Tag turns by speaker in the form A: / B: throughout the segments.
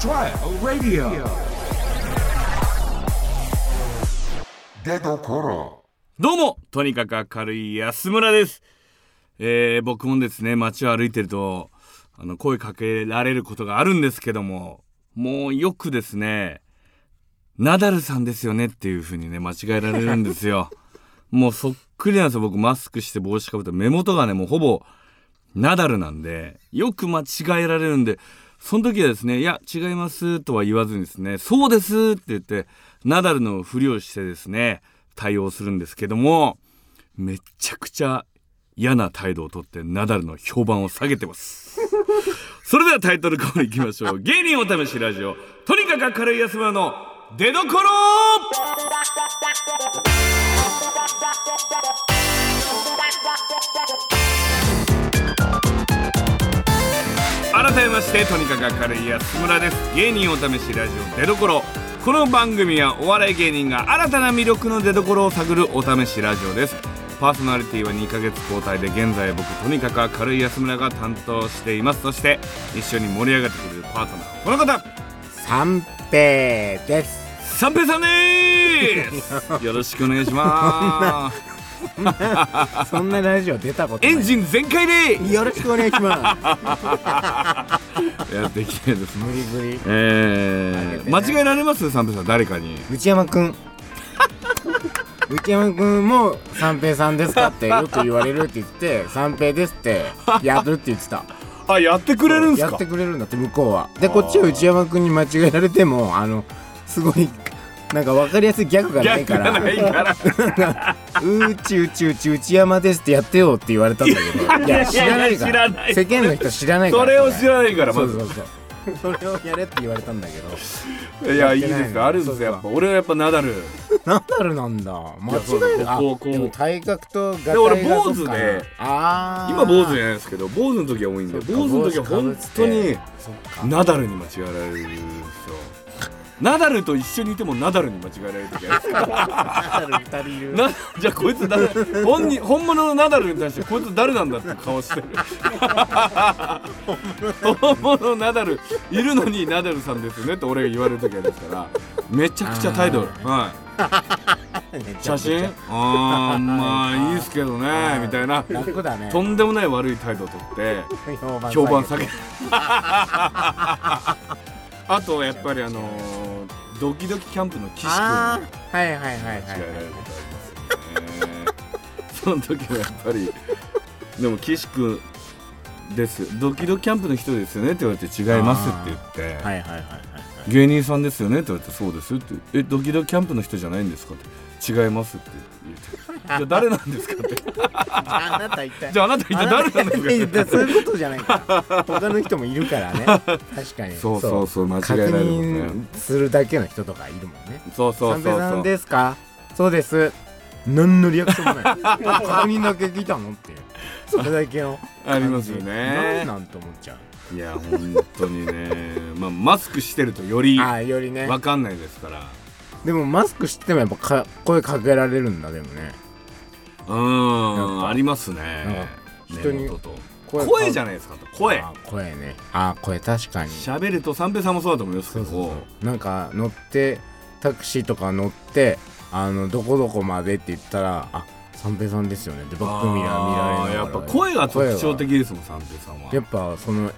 A: Trial Radio 出どころ
B: どうもとにかく明るい安村です、えー僕もですね街を歩いてるとあの声かけられることがあるんですけどももうよくですねナダルさんですよねっていう風にね間違えられるんですよもうそっくりなんですよ僕マスクして帽子かぶって目元がねもうほぼナダルなんでよく間違えられるんでその時はですね「いや違います」とは言わずにですね「そうです」って言ってナダルのふりをしてですね対応するんですけどもめちゃくちゃ嫌な態度をとってナダルの評判を下げてます。 それではタイトルコールいきましょう芸人お試しラジオとにかく明るい安村の出所改めましてとにかく明るい安村です芸人お試しラジオ出所この番組はお笑い芸人が新たな魅力の出所を探るお試しラジオですパーソナリティは2ヶ月交代で現在僕とにかく明るい安村が担当していますそして一緒に盛り上がってくれるパートナーこの方
C: 三平です。
B: 三平さんですよろしくお願いします
C: そんなラジオ出たことな
B: エ
C: い。
B: ンジン全開で
C: ン。よろしくお願いします。
B: やっていきたいです
C: 無理無理。
B: えー、間違えられます三平さん誰かに
C: 内山く ん。内山くんも三平さんですかってよく言われるって言って、三平ですってやるって言ってた。
B: あやってく
C: やってくれるんだって向こうは。でこっちは内山くんに間違えられてもあのすごい。なんかわかりやすいギャグがないから
B: 逆がないから
C: うちうちうち内山ですってやってよって言われたんだけどいや知らないか
B: いやいや知らな
C: ら
B: い
C: 世間の人知らないから
B: それを知らないからまず
C: そうそうそうそれをやれって言われたんだけど
B: いやいい
C: やってない
B: ですよあるんですよやっぱ俺はやっぱナダル
C: ナダルなんだ間違えるあ
B: こうこう
C: でも体格と合体が
B: で俺
C: そっか
B: 坊主で
C: あー
B: 今坊主じゃないですけど坊主の時は多いんで
C: そっか
B: 坊主の時は本当に
C: そっか
B: ナダルに間違えられるんですよナダルと一緒にいてもナダルに間違えられる時あるんですよ
C: ナダル二人いる
B: なじゃあこいつ誰本人本物のナダルに対してこいつ誰なんだって顔してる本物のナダルいるのにナダルさんですよねって俺が言われる時あるんですからめちゃくちゃ態度はい写真あーまあいいですけどねみたいな
C: 楽だね
B: とんでもない悪い態度をとって
C: 評判
B: 評判下
C: げ
B: げあとやっぱりあのードキドキキャンプの岸君
C: あーはいはいはい
B: 間違えら
C: は
B: れる
C: い
B: ことありますよねその時はやっぱりでも岸君ですドキドキキャンプの人ですよねって言われて違いますって言って、
C: はいはいはいはい
B: 芸人さんですよねって言われてそうですってえドキドキキャンプの人じゃないんですかって違いますって言ってじゃあ誰なんですかって
C: あなた一体
B: じゃああなた一体誰なんですか
C: だそういうことじゃないから他の人もいるからね確かに
B: そうそうそう間違えられ
C: 確
B: るもんね
C: 認するだけの人とかいるもんね
B: そうそう
C: 三
B: そ
C: 平
B: う
C: さ
B: そ
C: ん
B: う
C: ですかそうです何のリアクションもない 確認だけ聞いたのっていうそれだけの
B: ありますよ
C: 何
B: ね
C: なんと思っちゃう
B: いや本当にね まあマスクしてるとより
C: ああよりね
B: わかんないですから
C: でもマスクしてもやっぱか声かけられるんだでもね
B: う
C: やっ
B: ん
C: ぱ
B: ありますね
C: うん人に
B: 根元と
C: 声
B: 声
C: か
B: じゃないですか声
C: あー声ねあー声確かに
B: 喋ると三平さんもそうだと思いますけ
C: そう
B: ど
C: そうそうなんか乗ってタクシーとか乗ってあのどこどこまでって言ったらあ三平さんですよねってバックミラー見られ
B: あ
C: る
B: ーやっぱ声が特徴的ですもん三平さんは
C: やっぱその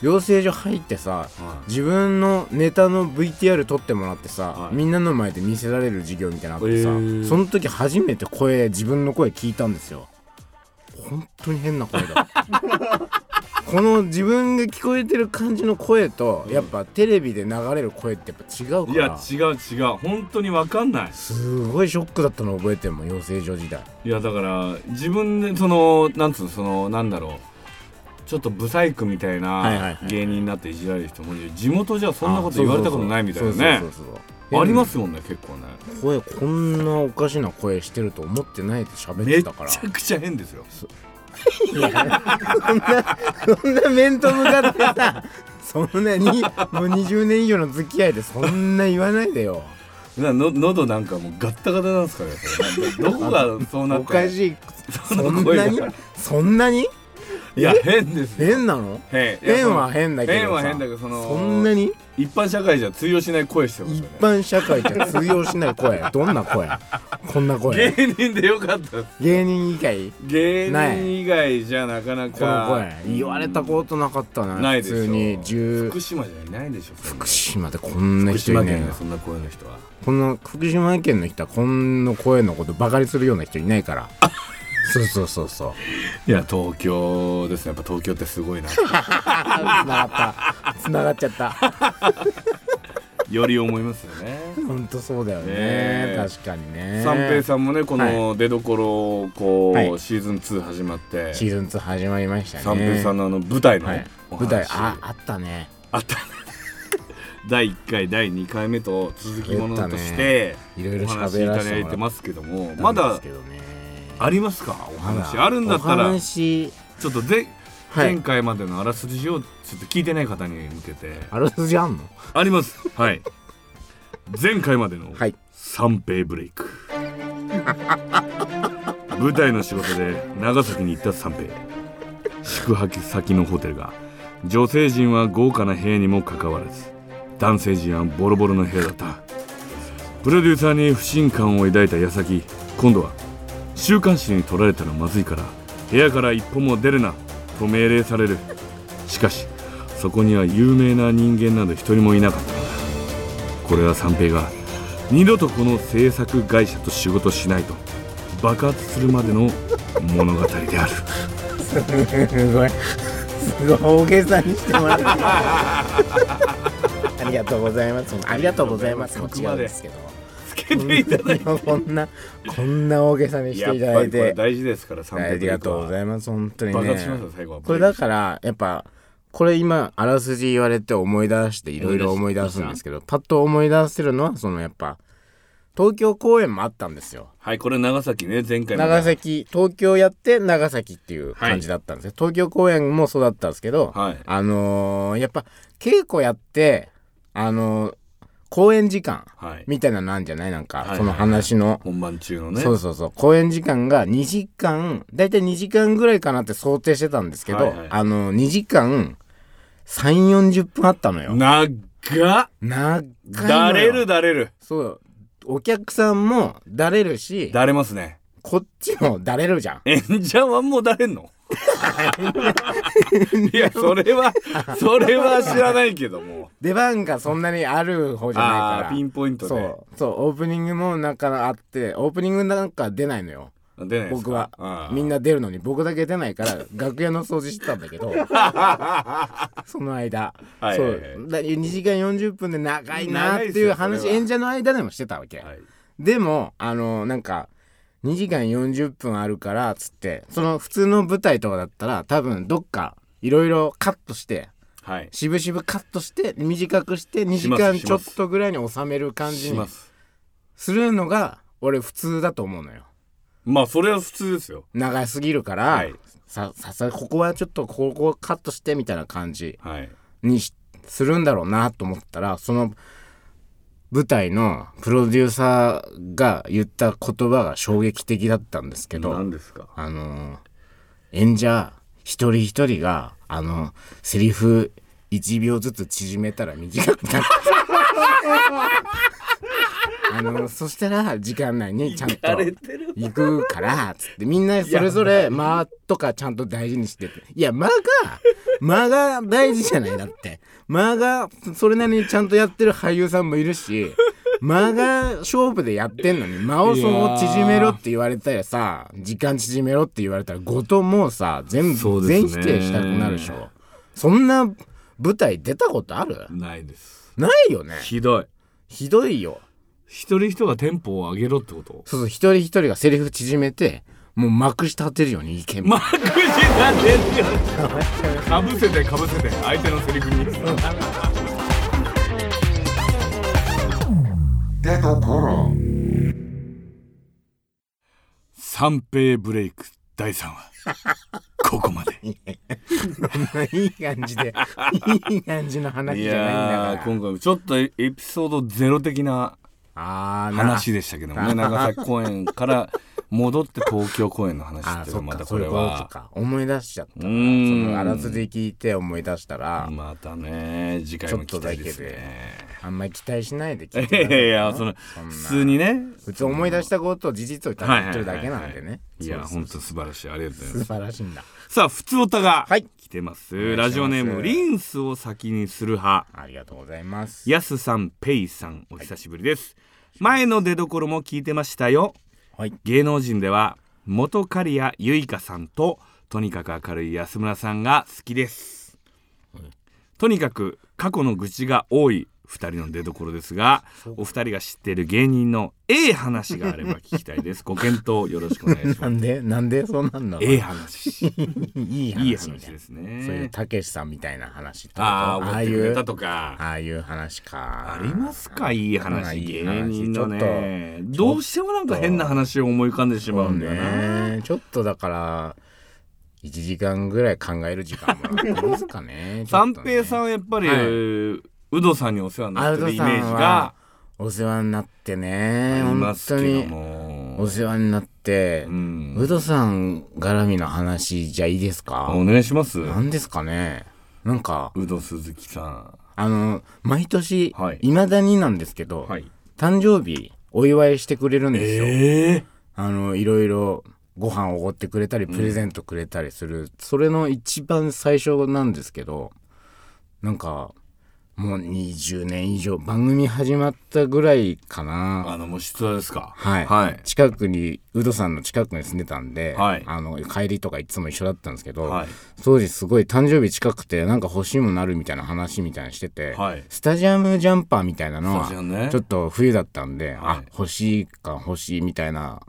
C: 養成所入ってさ
B: はい
C: 自分のネタの VTR 撮ってもらってさ、
B: はい
C: みんなの前で見せられる授業みたいなのあってさ、
B: へー
C: その時初めて声自分の声聞いたんですよ本当に変な声だ この自分が聞こえてる感じの声と、やっぱテレビで流れる声ってやっぱ違うか
B: い
C: ら
B: や違う違う本当にわかんない
C: すごいショックだったの覚えてんもん養成所時代
B: いやだから自分でそのなんつうのそのなんだろうちょっとブサイクみたい
C: はいはい
B: な
C: はい
B: 芸人になっていじられる人もいる地元じゃそんなこと言われたことないみたいな
C: あ
B: ね
C: そうそうそうそうそう
B: ありますもんね結構ね
C: 声こんなおかしな声してると思ってないで喋っ
B: め
C: て
B: ちゃ
C: たから
B: くちゃ変ですよ
C: そんな面と向かってさそんなにもう20年以上の付き合いでそんな言わないでよ
B: なの喉なんかもうガッタガタなんですからねそれどこがそうな
C: お
B: った
C: かしい
B: そ
C: そ
B: の
C: ん
B: 声
C: な
B: が
C: にそんなに
B: いや変ですよ
C: 変なの
B: 変いや
C: 変は変だけどさ
B: 変は変だけどその
C: そんなに
B: 一般社会じゃ通用しない声してます
C: 一
B: よね
C: 般社会じゃ通用しない声どんな声こんな声
B: 芸人でよかったです
C: 芸人以外
B: 芸
C: ない
B: 人以外じゃなかな
C: この
B: か
C: 声言われたことなかったな
B: ない
C: 普
B: でしょ
C: 通に10
B: 福島じゃいないでしょそんな
C: 福島でこんな
B: 福
C: 人い
B: 島
C: ない
B: 県
C: よ
B: のそんな声の人は
C: この福島県の人はこんな声のことバカにするような人いないからそうそうそうそう
B: いや東京ですねやっぱ東京ってす ごいな
C: つながったつながっちゃった
B: より思いますよね
C: 本当そうだよね、
B: ねえ
C: 確かにね
B: 三平さんもねこの出所をこう、
C: はい
B: シーズン2始まって
C: シーズン2始まりましたね
B: 三平さんのあの舞台の
C: はい
B: お話、
C: 舞台ああったね
B: あった 第1回第2回目と続きものとして、
C: いろいろ
B: お話
C: 喋
B: い
C: ら
B: た
C: せ
B: だ
C: て
B: い
C: も
B: て
C: らっ
B: ますけども
C: た
B: ま
C: んで
B: だ
C: すけどね
B: ありますかお話あるんだったら
C: お
B: ち
C: 話
B: ょっとぜ、
C: はい
B: 前回までのあらすじをちょっと聞いてない方に向けて
C: あらすじあんの
B: ありますはい前回までの
C: はい
B: 三平ブレイク舞台の仕事で長崎に行った三平宿泊先のホテルが女性陣は豪華な部屋にもかかわらず男性陣はボロボロの部屋だったプロデューサーに不信感を抱いた矢先今度は週刊誌に取られたらまずいから部屋から一歩も出るなと命令されるしかしそこには有名な人間など一人もいなかったのだこれは三平が二度とこの制作会社と仕事しないと爆発するまでの物語である
C: すごいすごい大げさにしても らったありがとうございますありがとうございますも違うんですけど
B: つけていただいて
C: こん なこんな大げさにしていただいて
B: 大事ですから三
C: ありがとうござ
B: い
C: います本当にね
B: 爆発しますよ最後は
C: これだからやっぱこれ今あらすじ言われて思い出していろいろ思い出すんですけどパッと思い出せるのはそのやっぱ東京公演もあったんですよ
B: はいこれ長崎ね前回の
C: 長崎東京やって長崎っていう感じだったんですよ、東京公演もそうだったんですけど、
B: はい
C: あのーやっぱ稽古やってあのー公演時間
B: はい
C: みたいなのなんじゃないなんか、
B: いはい
C: その話の、
B: 本番中のね
C: そうそうそう公演時間が2時間大体2時間ぐらいかなって想定してたんですけど、
B: はいはい
C: あの2時間3 4 0分あったのよ。
B: 長っ
C: 長いのよ
B: だれるだれる
C: そうお客さんもだれるし
B: だれますね
C: こっちもだれるじゃん。
B: 演者はもうだれ んのいやそれはそれは知らないけども
C: 出番がそんなにある方じゃないから
B: あーピンポイントで
C: そうそうオープニングもなんかあってオープニングなんか出ないのよ
B: 出ないですか
C: 僕は
B: ああ
C: みんな出るのに僕だけ出ないから 楽屋の掃除してたんだけどその間
B: はい
C: そ
B: はいはいう
C: だ2時間40分で長いなっ
B: 長
C: て
B: いです
C: いう
B: よそれは
C: 話演者の間でもしてたわけ、
B: はい
C: でもあのなんか2時間40分あるからつってその普通の舞台とかだったら多分どっかいろいろカットして
B: はい
C: 渋々カットして短くして2時
B: しま
C: 間
B: すし
C: ちょ
B: ま
C: っ
B: す
C: とぐらいに収める感じ
B: し
C: に
B: ます
C: するのが俺普通だと思うのよ
B: まあそれは普通ですよ
C: 長すぎるから、
B: はい
C: さささここはちょっとここをカットしてみたいな感じ
B: はい
C: にしするんだろうなと思ったらその舞台のプロデューサーが言った言葉が衝撃的だったんですけど
B: 何ですか
C: あのー演者一人一人があのセリフ1秒ずつ縮めたら短くな るあのそしたら時間内にちゃんと
B: てる
C: 行くからつってみんなそれぞれ間とかちゃんと大事にしてていや間が間が大事じゃないだって間がそれなりにちゃんとやってる俳優さんもいるし間が勝負でやってんのに間をその縮めろって言われたらさ時間縮めろって言われたら後藤もうさ全
B: そ
C: 部、
B: うです
C: 全
B: ね
C: 否定したくなるでしょそんな舞台出たことある
B: ないです
C: ないよね
B: ひどい
C: ひどいよ
B: 一人一人がテンポを上げろってこと
C: そうそう一人一人がセリフ縮めてもう幕下立てるようにいけみたいな
B: マクジなんですよかぶせてかぶせて相手のセリフに
A: 出どころ
B: 三平ブレイク第3話ここ まで
C: いい感じで、いい感じの話
B: い
C: じゃないん
B: や
C: だ
B: ー
C: から。
B: 今回ちょっとエピソードゼロ的な
C: あーな
B: 話でしたけどもね長崎公演から戻って東京公演の話
C: あ
B: っていう
C: そ
B: の
C: っ
B: ま
C: か
B: た
C: そ
B: こ
C: うい
B: れ
C: うこと
B: は
C: か思い出しちゃったな
B: う
C: そ
B: ーん
C: のあらすじ聞いて思い出したら
B: またね次回も期待です
C: ちょっとだ
B: ね
C: あんまり期待しないで聞い
B: い
C: てもら
B: やい
C: えるか
B: や
C: な
B: その
C: んな
B: 普通にね
C: 普通思い出したことを事実をたどってるだけなんでね
B: いや
C: そう
B: 本当素晴らしいありがとうござい
C: そう
B: ま
C: 素
B: す
C: 晴らしいんだ
B: さあ普通おたが
C: はい
B: 来てます、
C: いします
B: ラジオネームリンスを先にする派
C: ありがとうございます
B: やすさんペイさんお久しぶりです、前の出所も聞いてましたよ
C: はい
B: 芸能人では元刈谷由衣香さんととにかく明るい安村さんが好きです、とにかく過去の愚痴が多い2人の出所ですがお二人が知っている芸人のええ話があれば聞きたいですご検討よろしくお願いし
C: な
B: ます
C: んでなんでそうなんの
B: ええ話
C: いい話
B: いい
C: み
B: 話
C: たい
B: で
C: な
B: す
C: そういう
B: ね
C: たけしさんみたいな話ってこと
B: ああ
C: あ
B: 怒っ
C: あ
B: て
C: い
B: くれ
C: う
B: たとか
C: ああいう話か
B: ありますかいい話
C: い
B: 芸
C: い話
B: 人のねどうしてもなんか変な話を思い浮かんでしまうんだよな、
C: ねちょっとだから1時間ぐらい考える時間もらっていいです かね
B: 三平さん
C: ん
B: はやっぱり、
C: はいう
B: どさんにお世話になっ
C: アウ
B: て
C: ト
B: るイメ
C: さん
B: ージが
C: はお世話になってね
B: あり
C: 本
B: ます
C: 当
B: けど
C: にお
B: も、
C: 世話になって
B: うん
C: ウドさん絡みの話じゃいいですか
B: お願いします
C: 何ですかねなんか
B: うど鈴木さん
C: あの毎年
B: はい
C: いまだになんですけど、
B: はい
C: 誕生日お祝いしてくれるんですよ、
B: え
C: あのいろいろご飯おごってくれたりプレゼントくれたりする、それの一番最初なんですけどなんかもう20年以上番組始まったぐらいか
B: ー、
C: な
B: あのもう出題ですか
C: はい、
B: はい
C: 近くにウドさんの近くに住んでたんで、
B: はい
C: あの帰りとかいつも一緒だったんですけど、
B: はい
C: 当時すごい誕生日近くてなんか欲しいものあるみたいな話みたいなのしてて、
B: はい
C: スタジアムジャンパーみたいなの
B: スタ
C: は
B: ジアムね
C: ちょっと冬だったんで、
B: はい
C: あ欲しいか欲しいみたいな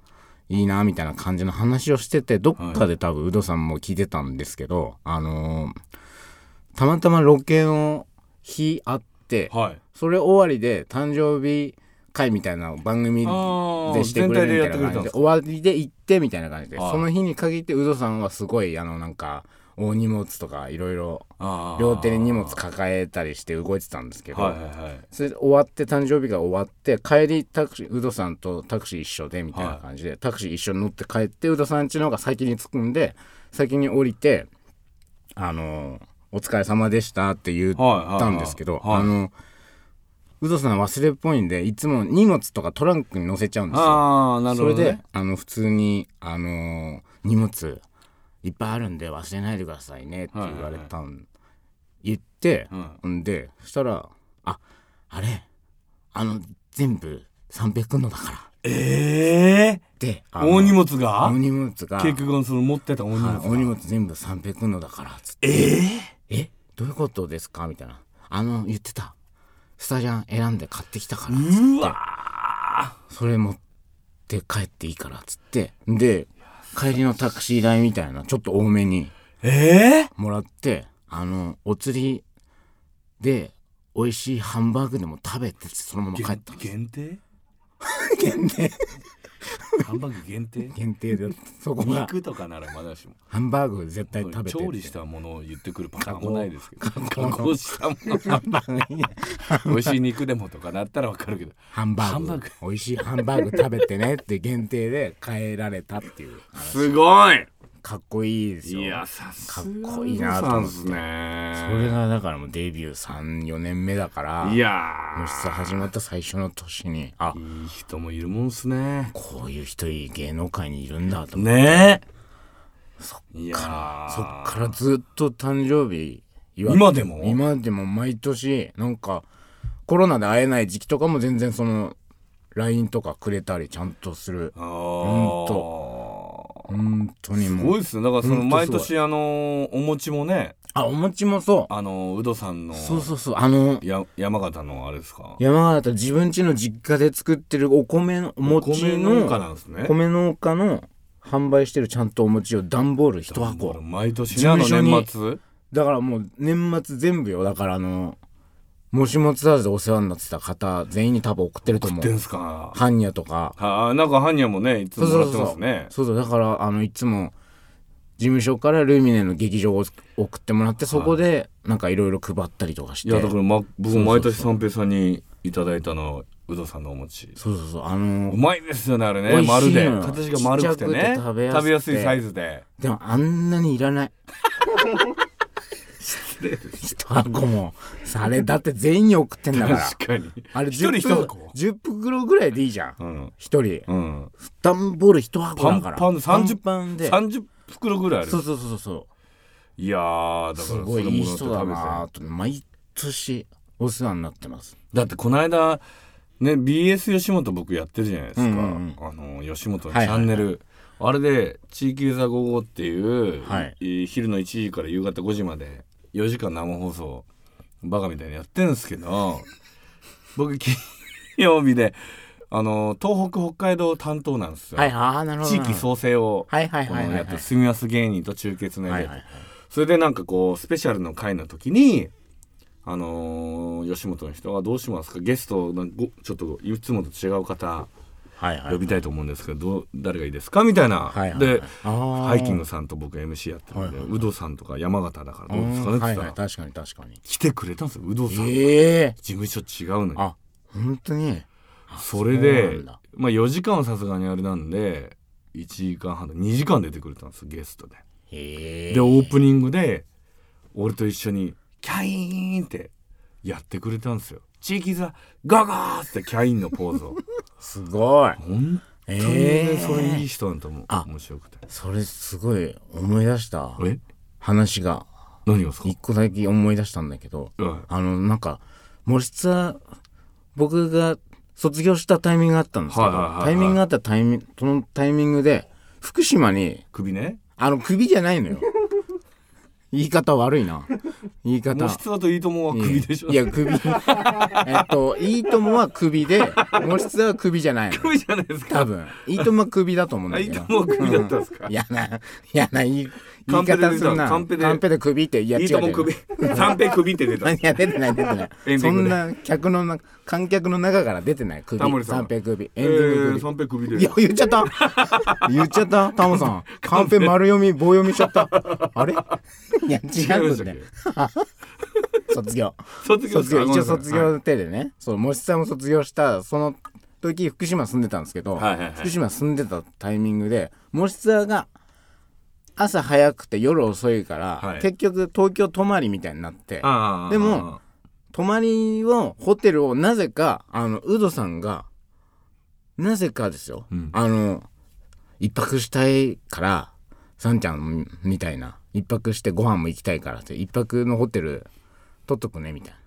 C: いいなみたいな感じの話をしててどっかで多分ウドさんも聞いてたんですけど、あのーたまたまロケの日あって、
B: はい
C: それ終わりで誕生日会みたいな番組
B: あー
C: でしてくれるみたいな
B: 全体でやってくれた
C: 感
B: んでか
C: じです終わりで行ってみたいな感じで
B: はい
C: その日に限ってウドさんはすごいあのなんか大荷物とかいろいろ
B: あー
C: 両手に荷物抱えたりして動いてたんですけど、
B: はいはいはい
C: それで終わって誕生日が終わって帰りタクシーウドさんとタクシー一緒でみたいな感じで、タクシー一緒に乗って帰ってウドさん家の方が先に着くんで先に降りて「あのお疲れ様でした」って言ったんですけど、
B: はいはいはいはい
C: あのウドさん忘れっぽいんでいつも荷物とかトランクに乗せちゃうんですよ。
B: ああなるほど、ね、
C: それであの普通に、あのー荷物いっぱいあるんで忘れないでくださいね」って言われたん、言って、んでそしたら「ああれあの全部300のだから」っ
B: ええ
C: てあ
B: ー、
C: の
B: 大荷物が
C: 大荷物が
B: 結局その持ってた大荷
C: はい
B: 物
C: 大荷物全部300のだから」つって
B: ええ
C: 「えどういうことですか?」みたいな「あの言ってたスタジャン選んで買ってきたから」
B: ー、うわ
C: それ持って帰っていいからっつってで帰りのタクシー代みたいなちょっと多めに
B: ーえ
C: もらってあのお釣りで美味しいハンバーグでも食べてそのまま
B: ー、
C: 帰った
B: 限定
C: 限定
B: ハンバーグ限定
C: 限定でそこが
B: 肉とかならまだしも
C: ハンバーグ絶対食べて
B: 調理したものを言ってくるパターンもないですけど
C: 加
B: 加
C: 工
B: 工したもの美味しい肉でもとかなったらわかるけど
C: ハンバ
B: ハ
C: ー
B: ン
C: グ
B: バーグ
C: 美味しいハンバーグ食べてねって限定で帰られたっていう
B: すごい
C: かっこいいですよ
B: いやさすが
C: かっこいいなと思って
B: さんです
C: そ
B: ね
C: れがだからもうデビュー34年目だから
B: いや
C: 露出始まった最初の年にあ
B: ーいい人もいるもんっすね
C: こういう人いい芸能界にいるんだと思って
B: ねえいや
C: そっ
B: ー
C: からずっと誕生日祝って
B: 今でも
C: 今でも毎年なんかコロナで会えない時期とかも全然その LINE とかくれたりちゃんとする
B: あ
C: ん
B: ー
C: 本当に
B: す
C: も
B: ご
C: う
B: いっすねだからその
C: ほんとすご
B: 毎
C: い
B: 年あのーお餅もね
C: あお餅もそ
B: あのーうどさんの
C: うそうそうそうあの
B: や山形のあれですか
C: 山形自分家の実家で作ってるお米のお餅
B: 米農
C: の
B: 家なんですね
C: 米農家の販売してるちゃんとお餅を段ボール一箱
B: 毎年ねあの
C: 事務所に
B: 年末
C: だからもう年末全部よだからあのもしもツアーズでお世話になってた方全員に多分送ってると思
B: って
C: うん
B: すか
C: ハンニャとか
B: はあなんかハンニャもねいつももらって
C: そう
B: ますね
C: そうそうだからあのいつも事務所からルミネの劇場を送ってもらってそこでなんかいろいろ配ったりとかして
B: いやだから、ま、僕も毎年三平さんにいただいたのうどさんのお餅
C: そうそうそうあの
B: う
C: ー
B: まいですよねあれ
C: 美
B: ね
C: 味し
B: 丸
C: いの
B: で
C: よ
B: 形が丸くてね
C: ちっちゃくて
B: 食
C: 食
B: べ
C: べやすくて
B: やすいサイズで
C: でもあんなにいらない一箱もさあれだって全員に送ってんだから
B: 確かに
C: あれ
B: 一人
C: 10
B: 一
C: 袋
B: 箱
C: 10袋ぐらいでいいじゃん
B: うん
C: 一人
B: うん
C: 段ボール一箱
B: パ
C: だ
B: ン
C: から
B: パン30
C: パンパンで
B: 30袋ぐらいある
C: そうそうそうそう
B: いやーだ
C: す
B: から
C: ごいいい人だな
B: だ
C: ぁと毎年お世話になってます
B: だってこの間ね BS 吉本僕やってるじゃないですか、
C: うんうん
B: あの吉本のチャンネル、あれで「地域ユーザー55」っていう、
C: はい
B: い昼の1時から夕方5時まで4時間生放送バカみたいにやってるんですけど僕金曜日であの東北北海道担当なんですよ、
C: はいああなるほど
B: 地域創生を
C: はいはいはいはいはい
B: このやって住みます芸人と中継つないで、
C: はいはいはい
B: それでなんかこうスペシャルの回の時にあのー吉本の人はどうしますかゲストなんかごちょっといつもと違う方
C: はいはい
B: 呼びたいと思うんですけどどう誰がいいですかみたいな、
C: はいはいはい
B: で
C: あー
B: ハイキングさんと僕 MC やってるんで、
C: はいはい
B: ウドさんとか山形だから
C: う
B: どうですかね
C: ん
B: って言
C: は
B: っ
C: い
B: たら、
C: はい確かに確かに
B: 来てくれたんですよウドさん、
C: ええ
B: 事務所違うのに
C: あ本当に
B: それ
C: そうな
B: で
C: んだ
B: まあ4時間はさすがにあれなんで1時間半2時間出てくれたんですゲストで。
C: へえ
B: でオープニングで俺と一緒にキャイーンってやってくれたんですよ。地域座ガガーってキャインのポー ズを。
C: すごい
B: 本当にね
C: えー
B: それいい人だと思う。
C: あ
B: 面白くて。
C: それすごい思い出した
B: え
C: 話が
B: 何がですか
C: 一個最近思い出したんだけど
B: うん
C: あのなんか森津は僕が卒業したタイミングがあったんですけど、
B: はいはいはいはい
C: タイミングがあったタイミングそのタイミングで福島に
B: 首ね。
C: あの首じゃない のよ言い方悪いな言い方
B: もしつだといいと思うは首でしょ。
C: いや 首えっと「いいとも」は首で森津は首じゃないの
B: 首じゃないですか。
C: 多分「いいとも」は首だと思うん
B: あ
C: だけ
B: いい
C: ど
B: ともは首だったんですか。
C: 嫌な嫌な言い
B: カ
C: 言
B: ン
C: い
B: ペで
C: 方
B: 出
C: す
B: た
C: るな
B: カンペで
C: カンペで首っていや
B: い
C: 違
B: いうとも
C: 違う
B: 首。 三平首って出た。
C: 何や出てない出てない
B: エンディ
C: そ
B: ング
C: ん
B: で
C: な客のな観客の中から出てない首
B: タモリさん
C: 三平首エ
B: え
C: ンディン
B: ー
C: グ首、
B: 三平首
C: いや
B: で。
C: 言っちゃった言っちゃったタモさんカンペ丸読み棒読みしちゃったあれいや違うんだよ卒業
B: 卒業です
C: 卒
B: か
C: 業
B: ご
C: 一応卒。
B: めんなさい
C: 業の手でね、そうもしさんも卒業したその時福島住んでたんですけど、
B: はいはいはい
C: 福島住んでたタイミングでもしさが朝早くて夜遅いから、
B: はい
C: 結局東京泊まりみたいになって
B: あー
C: でも、泊まりをホテルをなぜかあのウドさんがなぜかですよ、
B: うん
C: あの一泊したいからさんちゃんみたいな一泊してご飯も行きたいからって一泊のホテル取っとくねみたいな。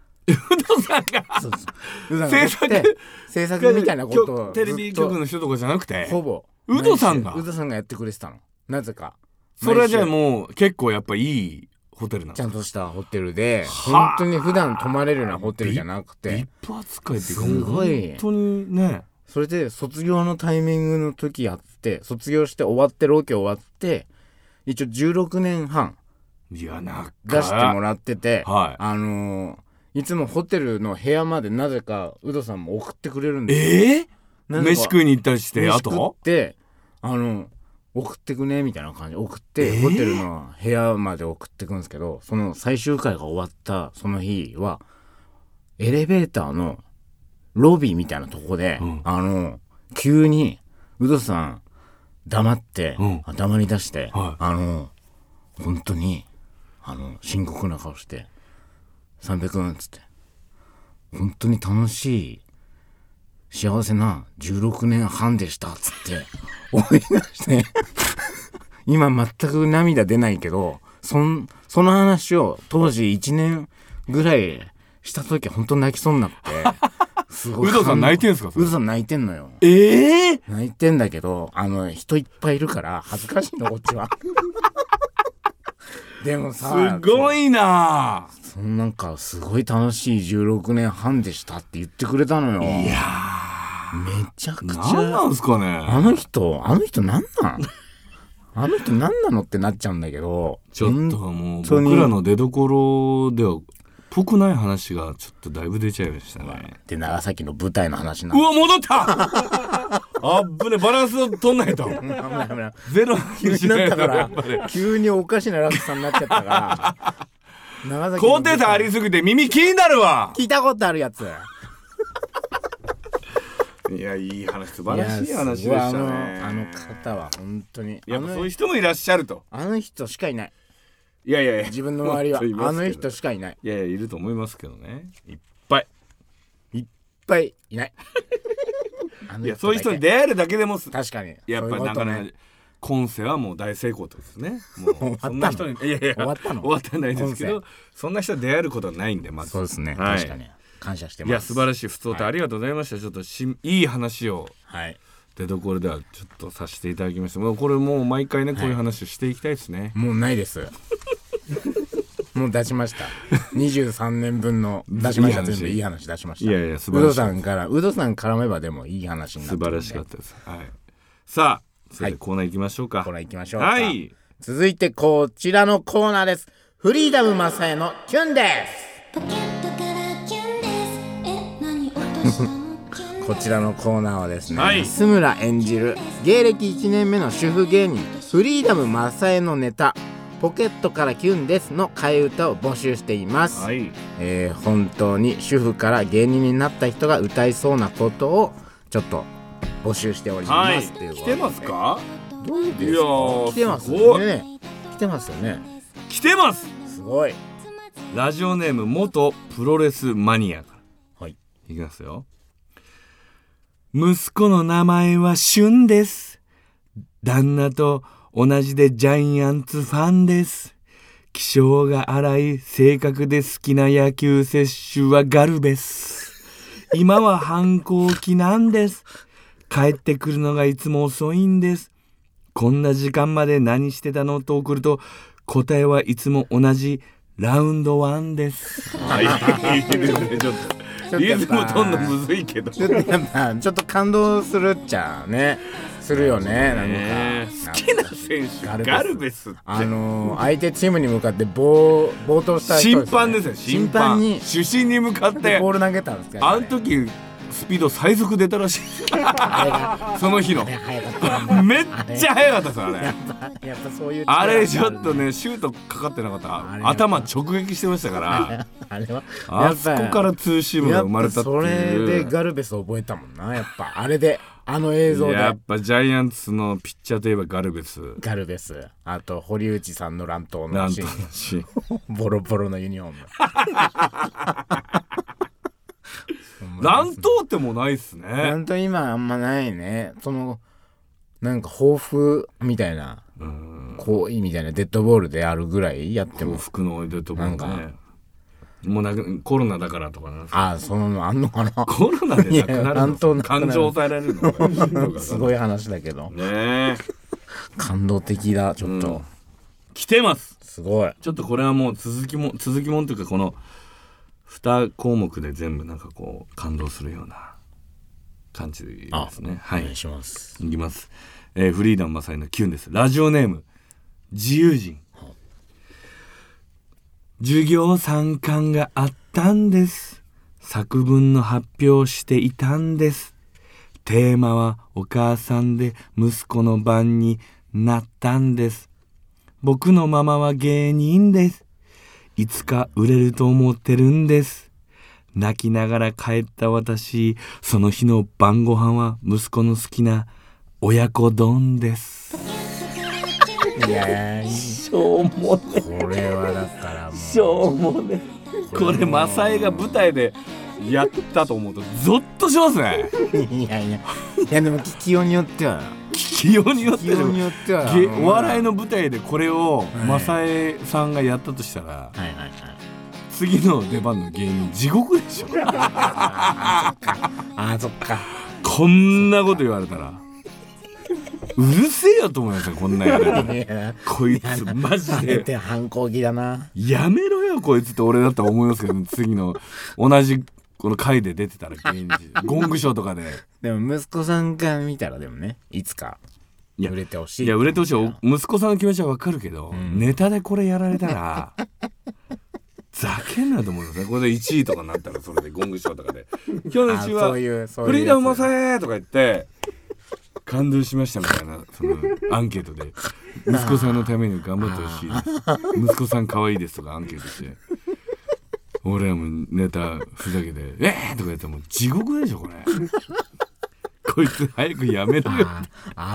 C: ウドさんがそうそう
B: 制作
C: ウドさんが言って制作みたいなことをずっと
B: テレビ局の人とかじゃなくて。
C: ほぼ
B: ウドさんが
C: 毎週ウドさんがやってくれてたのなぜか
B: それはじゃあ
C: 毎週
B: もう結構やっぱいいホテルな
C: ちゃ
B: の
C: んとしたホテルで
B: は
C: 本
B: あ
C: 当に普段泊まれるようなホテルじゃなくて
B: VIP 扱いっていうか
C: すごい
B: 本当にね
C: それで卒業のタイミングの時やって卒業して終わってロケ終わって一応16年半
B: いやなんか
C: 出してもらってて、
B: はい
C: あのーいつもホテルの部屋までなぜかウドさんも送ってくれるんです
B: えー、
C: なんか
B: 飯食いに行ったりしてあ
C: 飯食っ
B: と
C: てあの送ってくねみたいな感じ送って、
B: えー
C: ホテルの部屋まで送ってくんですけどその最終回が終わったその日はエレベーターのロビーみたいなとこで、
B: うん
C: あの急にウドさん黙って、
B: うん
C: 黙り出して、
B: はい
C: あの本当にあの深刻な顔して「三平君」っつって「本当に楽しい幸せな16年半でした」っつって 思い出して今全く涙出ないけどそんその話を当時1年ぐらいした時本当泣きそうになって すごい
B: ウドさん泣いてんすかそ
C: ウ
B: れ
C: ドさん泣いてんのよ
B: ええ
C: 泣いてんだけどあの人いっぱいいるから恥ずかしいのこっちは でもさ
B: ー、すごいな
C: そそんなんかすごい楽しい16年半でしたって言ってくれたのよいやめちゃくち
B: 何な
C: ゃ
B: んすか
C: あ
B: ね
C: の人あの人なんなんあの人なんなのってなっちゃうんだけど
B: ちょっともう
C: 当に
B: 僕らの出所ではぽくない話がちょっとだいぶ出ちゃいましたね
C: で長崎の舞台の話な
B: うん
C: だ
B: わ戻った あっぶねバランスを取んないと
C: 危ない危ない
B: ゼロ
C: 急になったか
B: やっぱり
C: ら急におかしな落差になっちゃったから長崎の
B: 高
C: 舞台
B: 低差ありすぎて耳気になるわ
C: 聞いたことあるやつ
B: いやいい話素晴らしい話でし
C: や
B: た
C: す
B: ね
C: ごいあのあの方は本当に
B: やっぱ
C: あの
B: そういう人もいらっしゃると
C: あの人しかいない
B: いやいやいや
C: 自分の周 りは
B: 本当いま
C: あ
B: すけど
C: の人しかいない
B: いやいやいると思いますけどねいっぱい
C: いっぱいいないあの
B: いやそういう人
C: だ
B: に
C: け
B: 出会えるだけでもす
C: 確かに
B: やっぱり
C: そうい
B: な
C: う
B: か
C: こと
B: なか
C: ね
B: 今世はもう大成功とですねもう
C: 終わったの
B: そんな人にいやいや
C: 終わったの
B: 終わってないですけどそんな人に出会えることはないんでまず
C: そうですね、
B: はい
C: 確かに感謝して
B: い
C: ます
B: や素晴らしい不当とありがとうございました、ちょっとしいい話を
C: はい
B: 出どころではちょっとさせていただきましたもうこれもう毎回ねこういう話をしていきたいですね、
C: もうないですもう出しました23年分の出しました
B: いい話
C: 全部いい話出しました
B: いやいや素
C: ウ
B: 晴ら
C: ド
B: しい
C: さんからウドさん絡めばでもいい話にな
B: 素
C: って
B: 晴らしかったです、はい、さあそれでコーナー行きましょうか、
C: コーナー行きましょうか
B: はい
C: 続いてこちらのコーナーですフリーダムマサエのキュンです
D: ポケットからキュンですえ何落としたのキュンです
C: こちらのコーナーはですね、
B: はい
C: 安村演じる芸歴1年目の主婦芸人フリーダムマサエのネタポケットからキュンですの替え歌を募集しています、
B: はい
C: えー本当に主婦から芸人になった人が歌いそうなことをちょっと募集しております、
B: はい
C: っていうこと
B: 来
C: で
B: てますか
C: どうですか
B: いやー
C: 来てます
B: すご
C: よ
B: い
C: ね来てますよね
B: 来てます
C: すごい
B: ラジオネーム元プロレスマニアから
C: はい
B: いきますよ息子の名前は俊です旦那と同じでジャイアンツファンです気性が荒い性格で好きな野球選手はガルベス今は反抗期なんです帰ってくるのがいつも遅いんですこんな時間まで何してたのと送ると答えはいつも同じラウンドワンです。はい、い いですね、ちょっ
C: ちょっと
B: と。
C: や
B: リ
C: っぱ
B: ズムとんどむずいけど。
C: ちょっとやっぱちょっと感動するっちゃねするよねなん
B: ね
C: か
B: 好きな選手ガルベスって
C: あのー相手チームに向かって暴暴投した人
B: 審判ですよ審
C: 審判
B: 判
C: に
B: 主審に向かっ
C: で
B: て
C: ボール投げたんですけど、
B: あの時スピード最速出たらしい
C: あれが
B: その日の
C: あれ早かったな
B: めっちゃ速かったですあれ
C: やっぱそういう力
B: あれちょっとねシュートかかってなかっ
C: あれ
B: た頭直撃してましたから
C: あれはや
B: あ
C: っ
B: そ
C: ぱ
B: こからツーシームが生まれたって
C: やっぱそれ
B: い
C: で
B: う
C: ガルベスを覚えたもんなやっぱあれであの映像で
B: やっぱジャイアンツのピッチャーといえばガルベス
C: ガルベスあと堀内さんの乱闘
B: な
C: の
B: ん
C: シ
B: と
C: ー
B: し
C: ンボロボロのユニフォーム
B: 乱闘ってもうないっす
C: な
B: ね
C: んと今あんまないねそのなんか抱負みたいな行為みたいなデッドボールであるぐらいやって
B: 幸
C: も
B: 福のおいでともね
C: なん
B: もうなくコロナだからとかな
C: ああそのあんのかな
B: コロナでなく
C: いや
B: なる
C: 乱闘
B: の
C: なくなる
B: 感情抑えられるのかな
C: すごい話だけど
B: ねえ
C: 感動的だちょっと、
B: うん来てます
C: すごい
B: ちょっとこれはもう続きも続きもんというかこの2項目で全部なんかこう感動するような感じですねは
C: お願
B: い
C: いします
B: いきます、えーフリーダムマサイのキュンですラジオネーム自由人授業参観があったんです作文の発表をしていたんですテーマはお母さんで息子の番になったんです僕のママは芸人ですいつか売れると思ってるんです泣きながら帰った私その日の晩ご飯は息子の好きな親子丼です
C: いやー
B: しょうもね
C: これはだからもう
B: しょうもねこれマサイが舞台でやったと思うとゾッとしますね
C: いやいや、いやでも聞きようによっては、
B: 聞きようによっ
C: 聞き
B: てで
C: ように
B: も
C: よっては、
B: げお笑い
C: の、
B: の舞台でこれを
C: い
B: マサイさんがやったとしたら
C: はいはいはい、
B: 次の出番の芸人地獄でしょ
C: あーそっ か、
B: こんなこと言われたらうるせえよと思いますよこんなんやられたら
C: いや、
B: こいつマ
C: あ
B: ジ
C: れっ
B: で
C: て反抗期だな。
B: やめろよこいつって俺だったら思いますけど、次の同じこの回で出てたら芸人ゴングショーとかで
C: でも息子さんから見たらでもね、いつか
B: いや
C: 売れて ほし
B: い
C: い。
B: や売れてほしいお息子さんの気持ちはわかるけど、ネタでこれやられた らざけんなと思うんですねこれで1位とかになったらそれでゴングショーとかで 「今日の
C: あ
B: 1位は
C: そういうそういうやつ
B: フリーダムマサイ!」とか言って「感動しました」みたいなそのアンケートで「息子さんのために頑張ってほしいです」「 息子さん可愛いです」とかアンケートして。 俺らもネタふざけて「えー!」とか言ったらもう地獄でしょこれこいつ早くやめろよ。
C: あ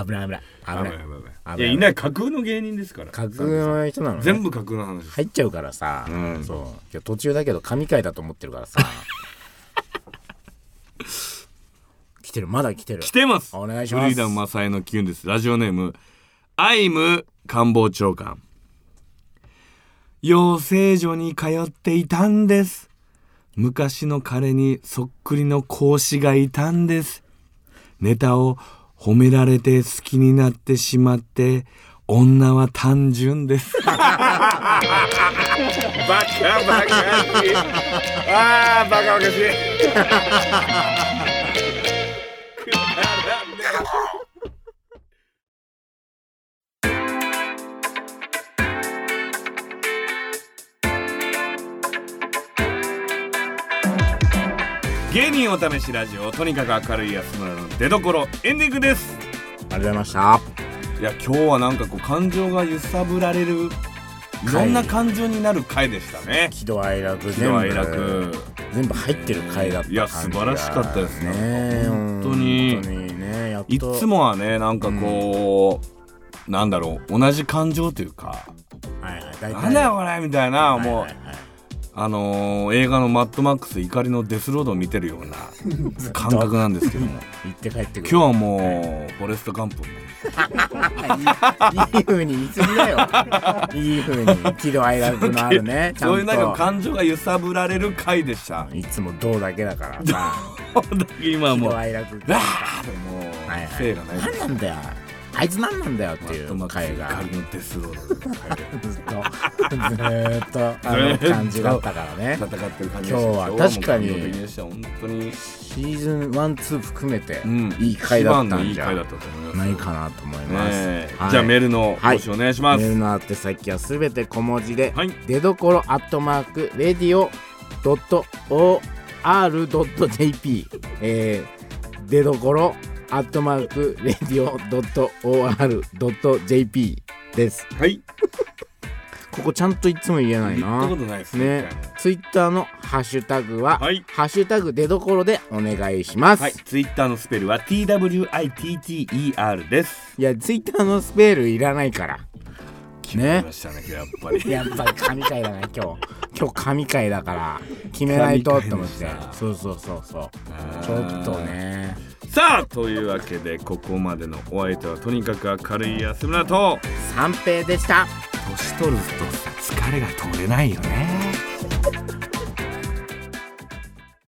C: ー危ない危ない危
B: 危
C: な
B: ない
C: い
B: 危ない
C: ない
B: いやいない架空の芸人ですから。
C: 架空の人なのね
B: 全部架空の話です。
C: 入っちゃうからさ、
B: うん
C: そう今日途中だけど神回だと思ってるか らさ来てるまだ来てる
B: 来てます。
C: お願いします
B: フリーダムマサイのキュンです。ラジオネームアイム官房長官。養成所に通っていたんです。昔の彼にそっくりの講師がいたんです。ネタを褒められて好きになってしまって、女は単純です。
E: バカバカしいああバカバカしい
B: 芸人お試しラジオとにかく明るい安村の出所エンディングです
C: ありがとうございました
B: いや今日はなんかこう感情が揺さぶられるいろんな感情になる回でしたね
C: 喜怒哀楽
B: 喜
C: 全
B: 怒
C: 部
B: 哀楽
C: 全部入ってる回だった感じ
B: い
C: が
B: や素晴らしかったです
C: ね
B: 本当に
C: 本当にねやっと
B: いつもはねなんかこう、なんだろう同じ感情というか
C: はいはい
B: 「
C: 大体
B: なんだよこれ」みたいなもう、
C: はいはいはい
B: あのー映画の「マッドマックス怒りのデスロード」を見てるような感覚なんですけ ども
C: 行って帰ってくる
B: 今日はもう「フォレスト・ガンプ」
C: いい風に見つめなよいい風に喜怒哀楽のあるねちゃ
B: そういうんなんか
C: と
B: 感情が揺さぶられる回でした
C: いつも「どう」だけ だからさ
B: 今は
C: 喜
B: もう
C: 怒哀楽
B: わあでもう
C: はいはい
B: 性がない
C: 何なんだよあいつ何なんだよっていう回が
B: 仮のデスロードで
C: ずっとずーっとあの感じだったからね
B: 戦ってる感じ
C: 今日は確かに
B: 今日はもう感動的でした本当に
C: シーズン12含めて
B: うん
C: いい回だったん
B: 一
C: じ
B: 番のいい回だ
C: ゃ
B: ったと思います
C: ないかなと思います
B: ねえ
C: はい
B: じゃあメールの
C: はい
B: 募集お願いしま
C: メー
B: す
C: ルの宛先はすべて小文字で、
B: はい
C: 出どころアットマークレディオドット OR.jp えー、出どころアットマークレディオドット OR.jp です
B: はい
C: ここちゃんといつも言えない
B: 言った
C: な
B: ことないですね
C: ねツイッターのハッシュタグは、
B: はい
C: ハッシュタグ出どころでお願いします、
B: はい
C: い、
B: ツイッターのスペルは TWITTER です
C: やツイッターのスペルいらないから
B: あ
C: ね
B: りましたねやっぱ り
C: やっぱり神回だな今日 今日神回だから決めないとって思って
B: 神回でした
C: そうそうそうそうちょっとね
B: さあというわけでここまでのお相手はとにかく明るい安村と
C: 三平でした
B: 年取ると疲れが取れないよね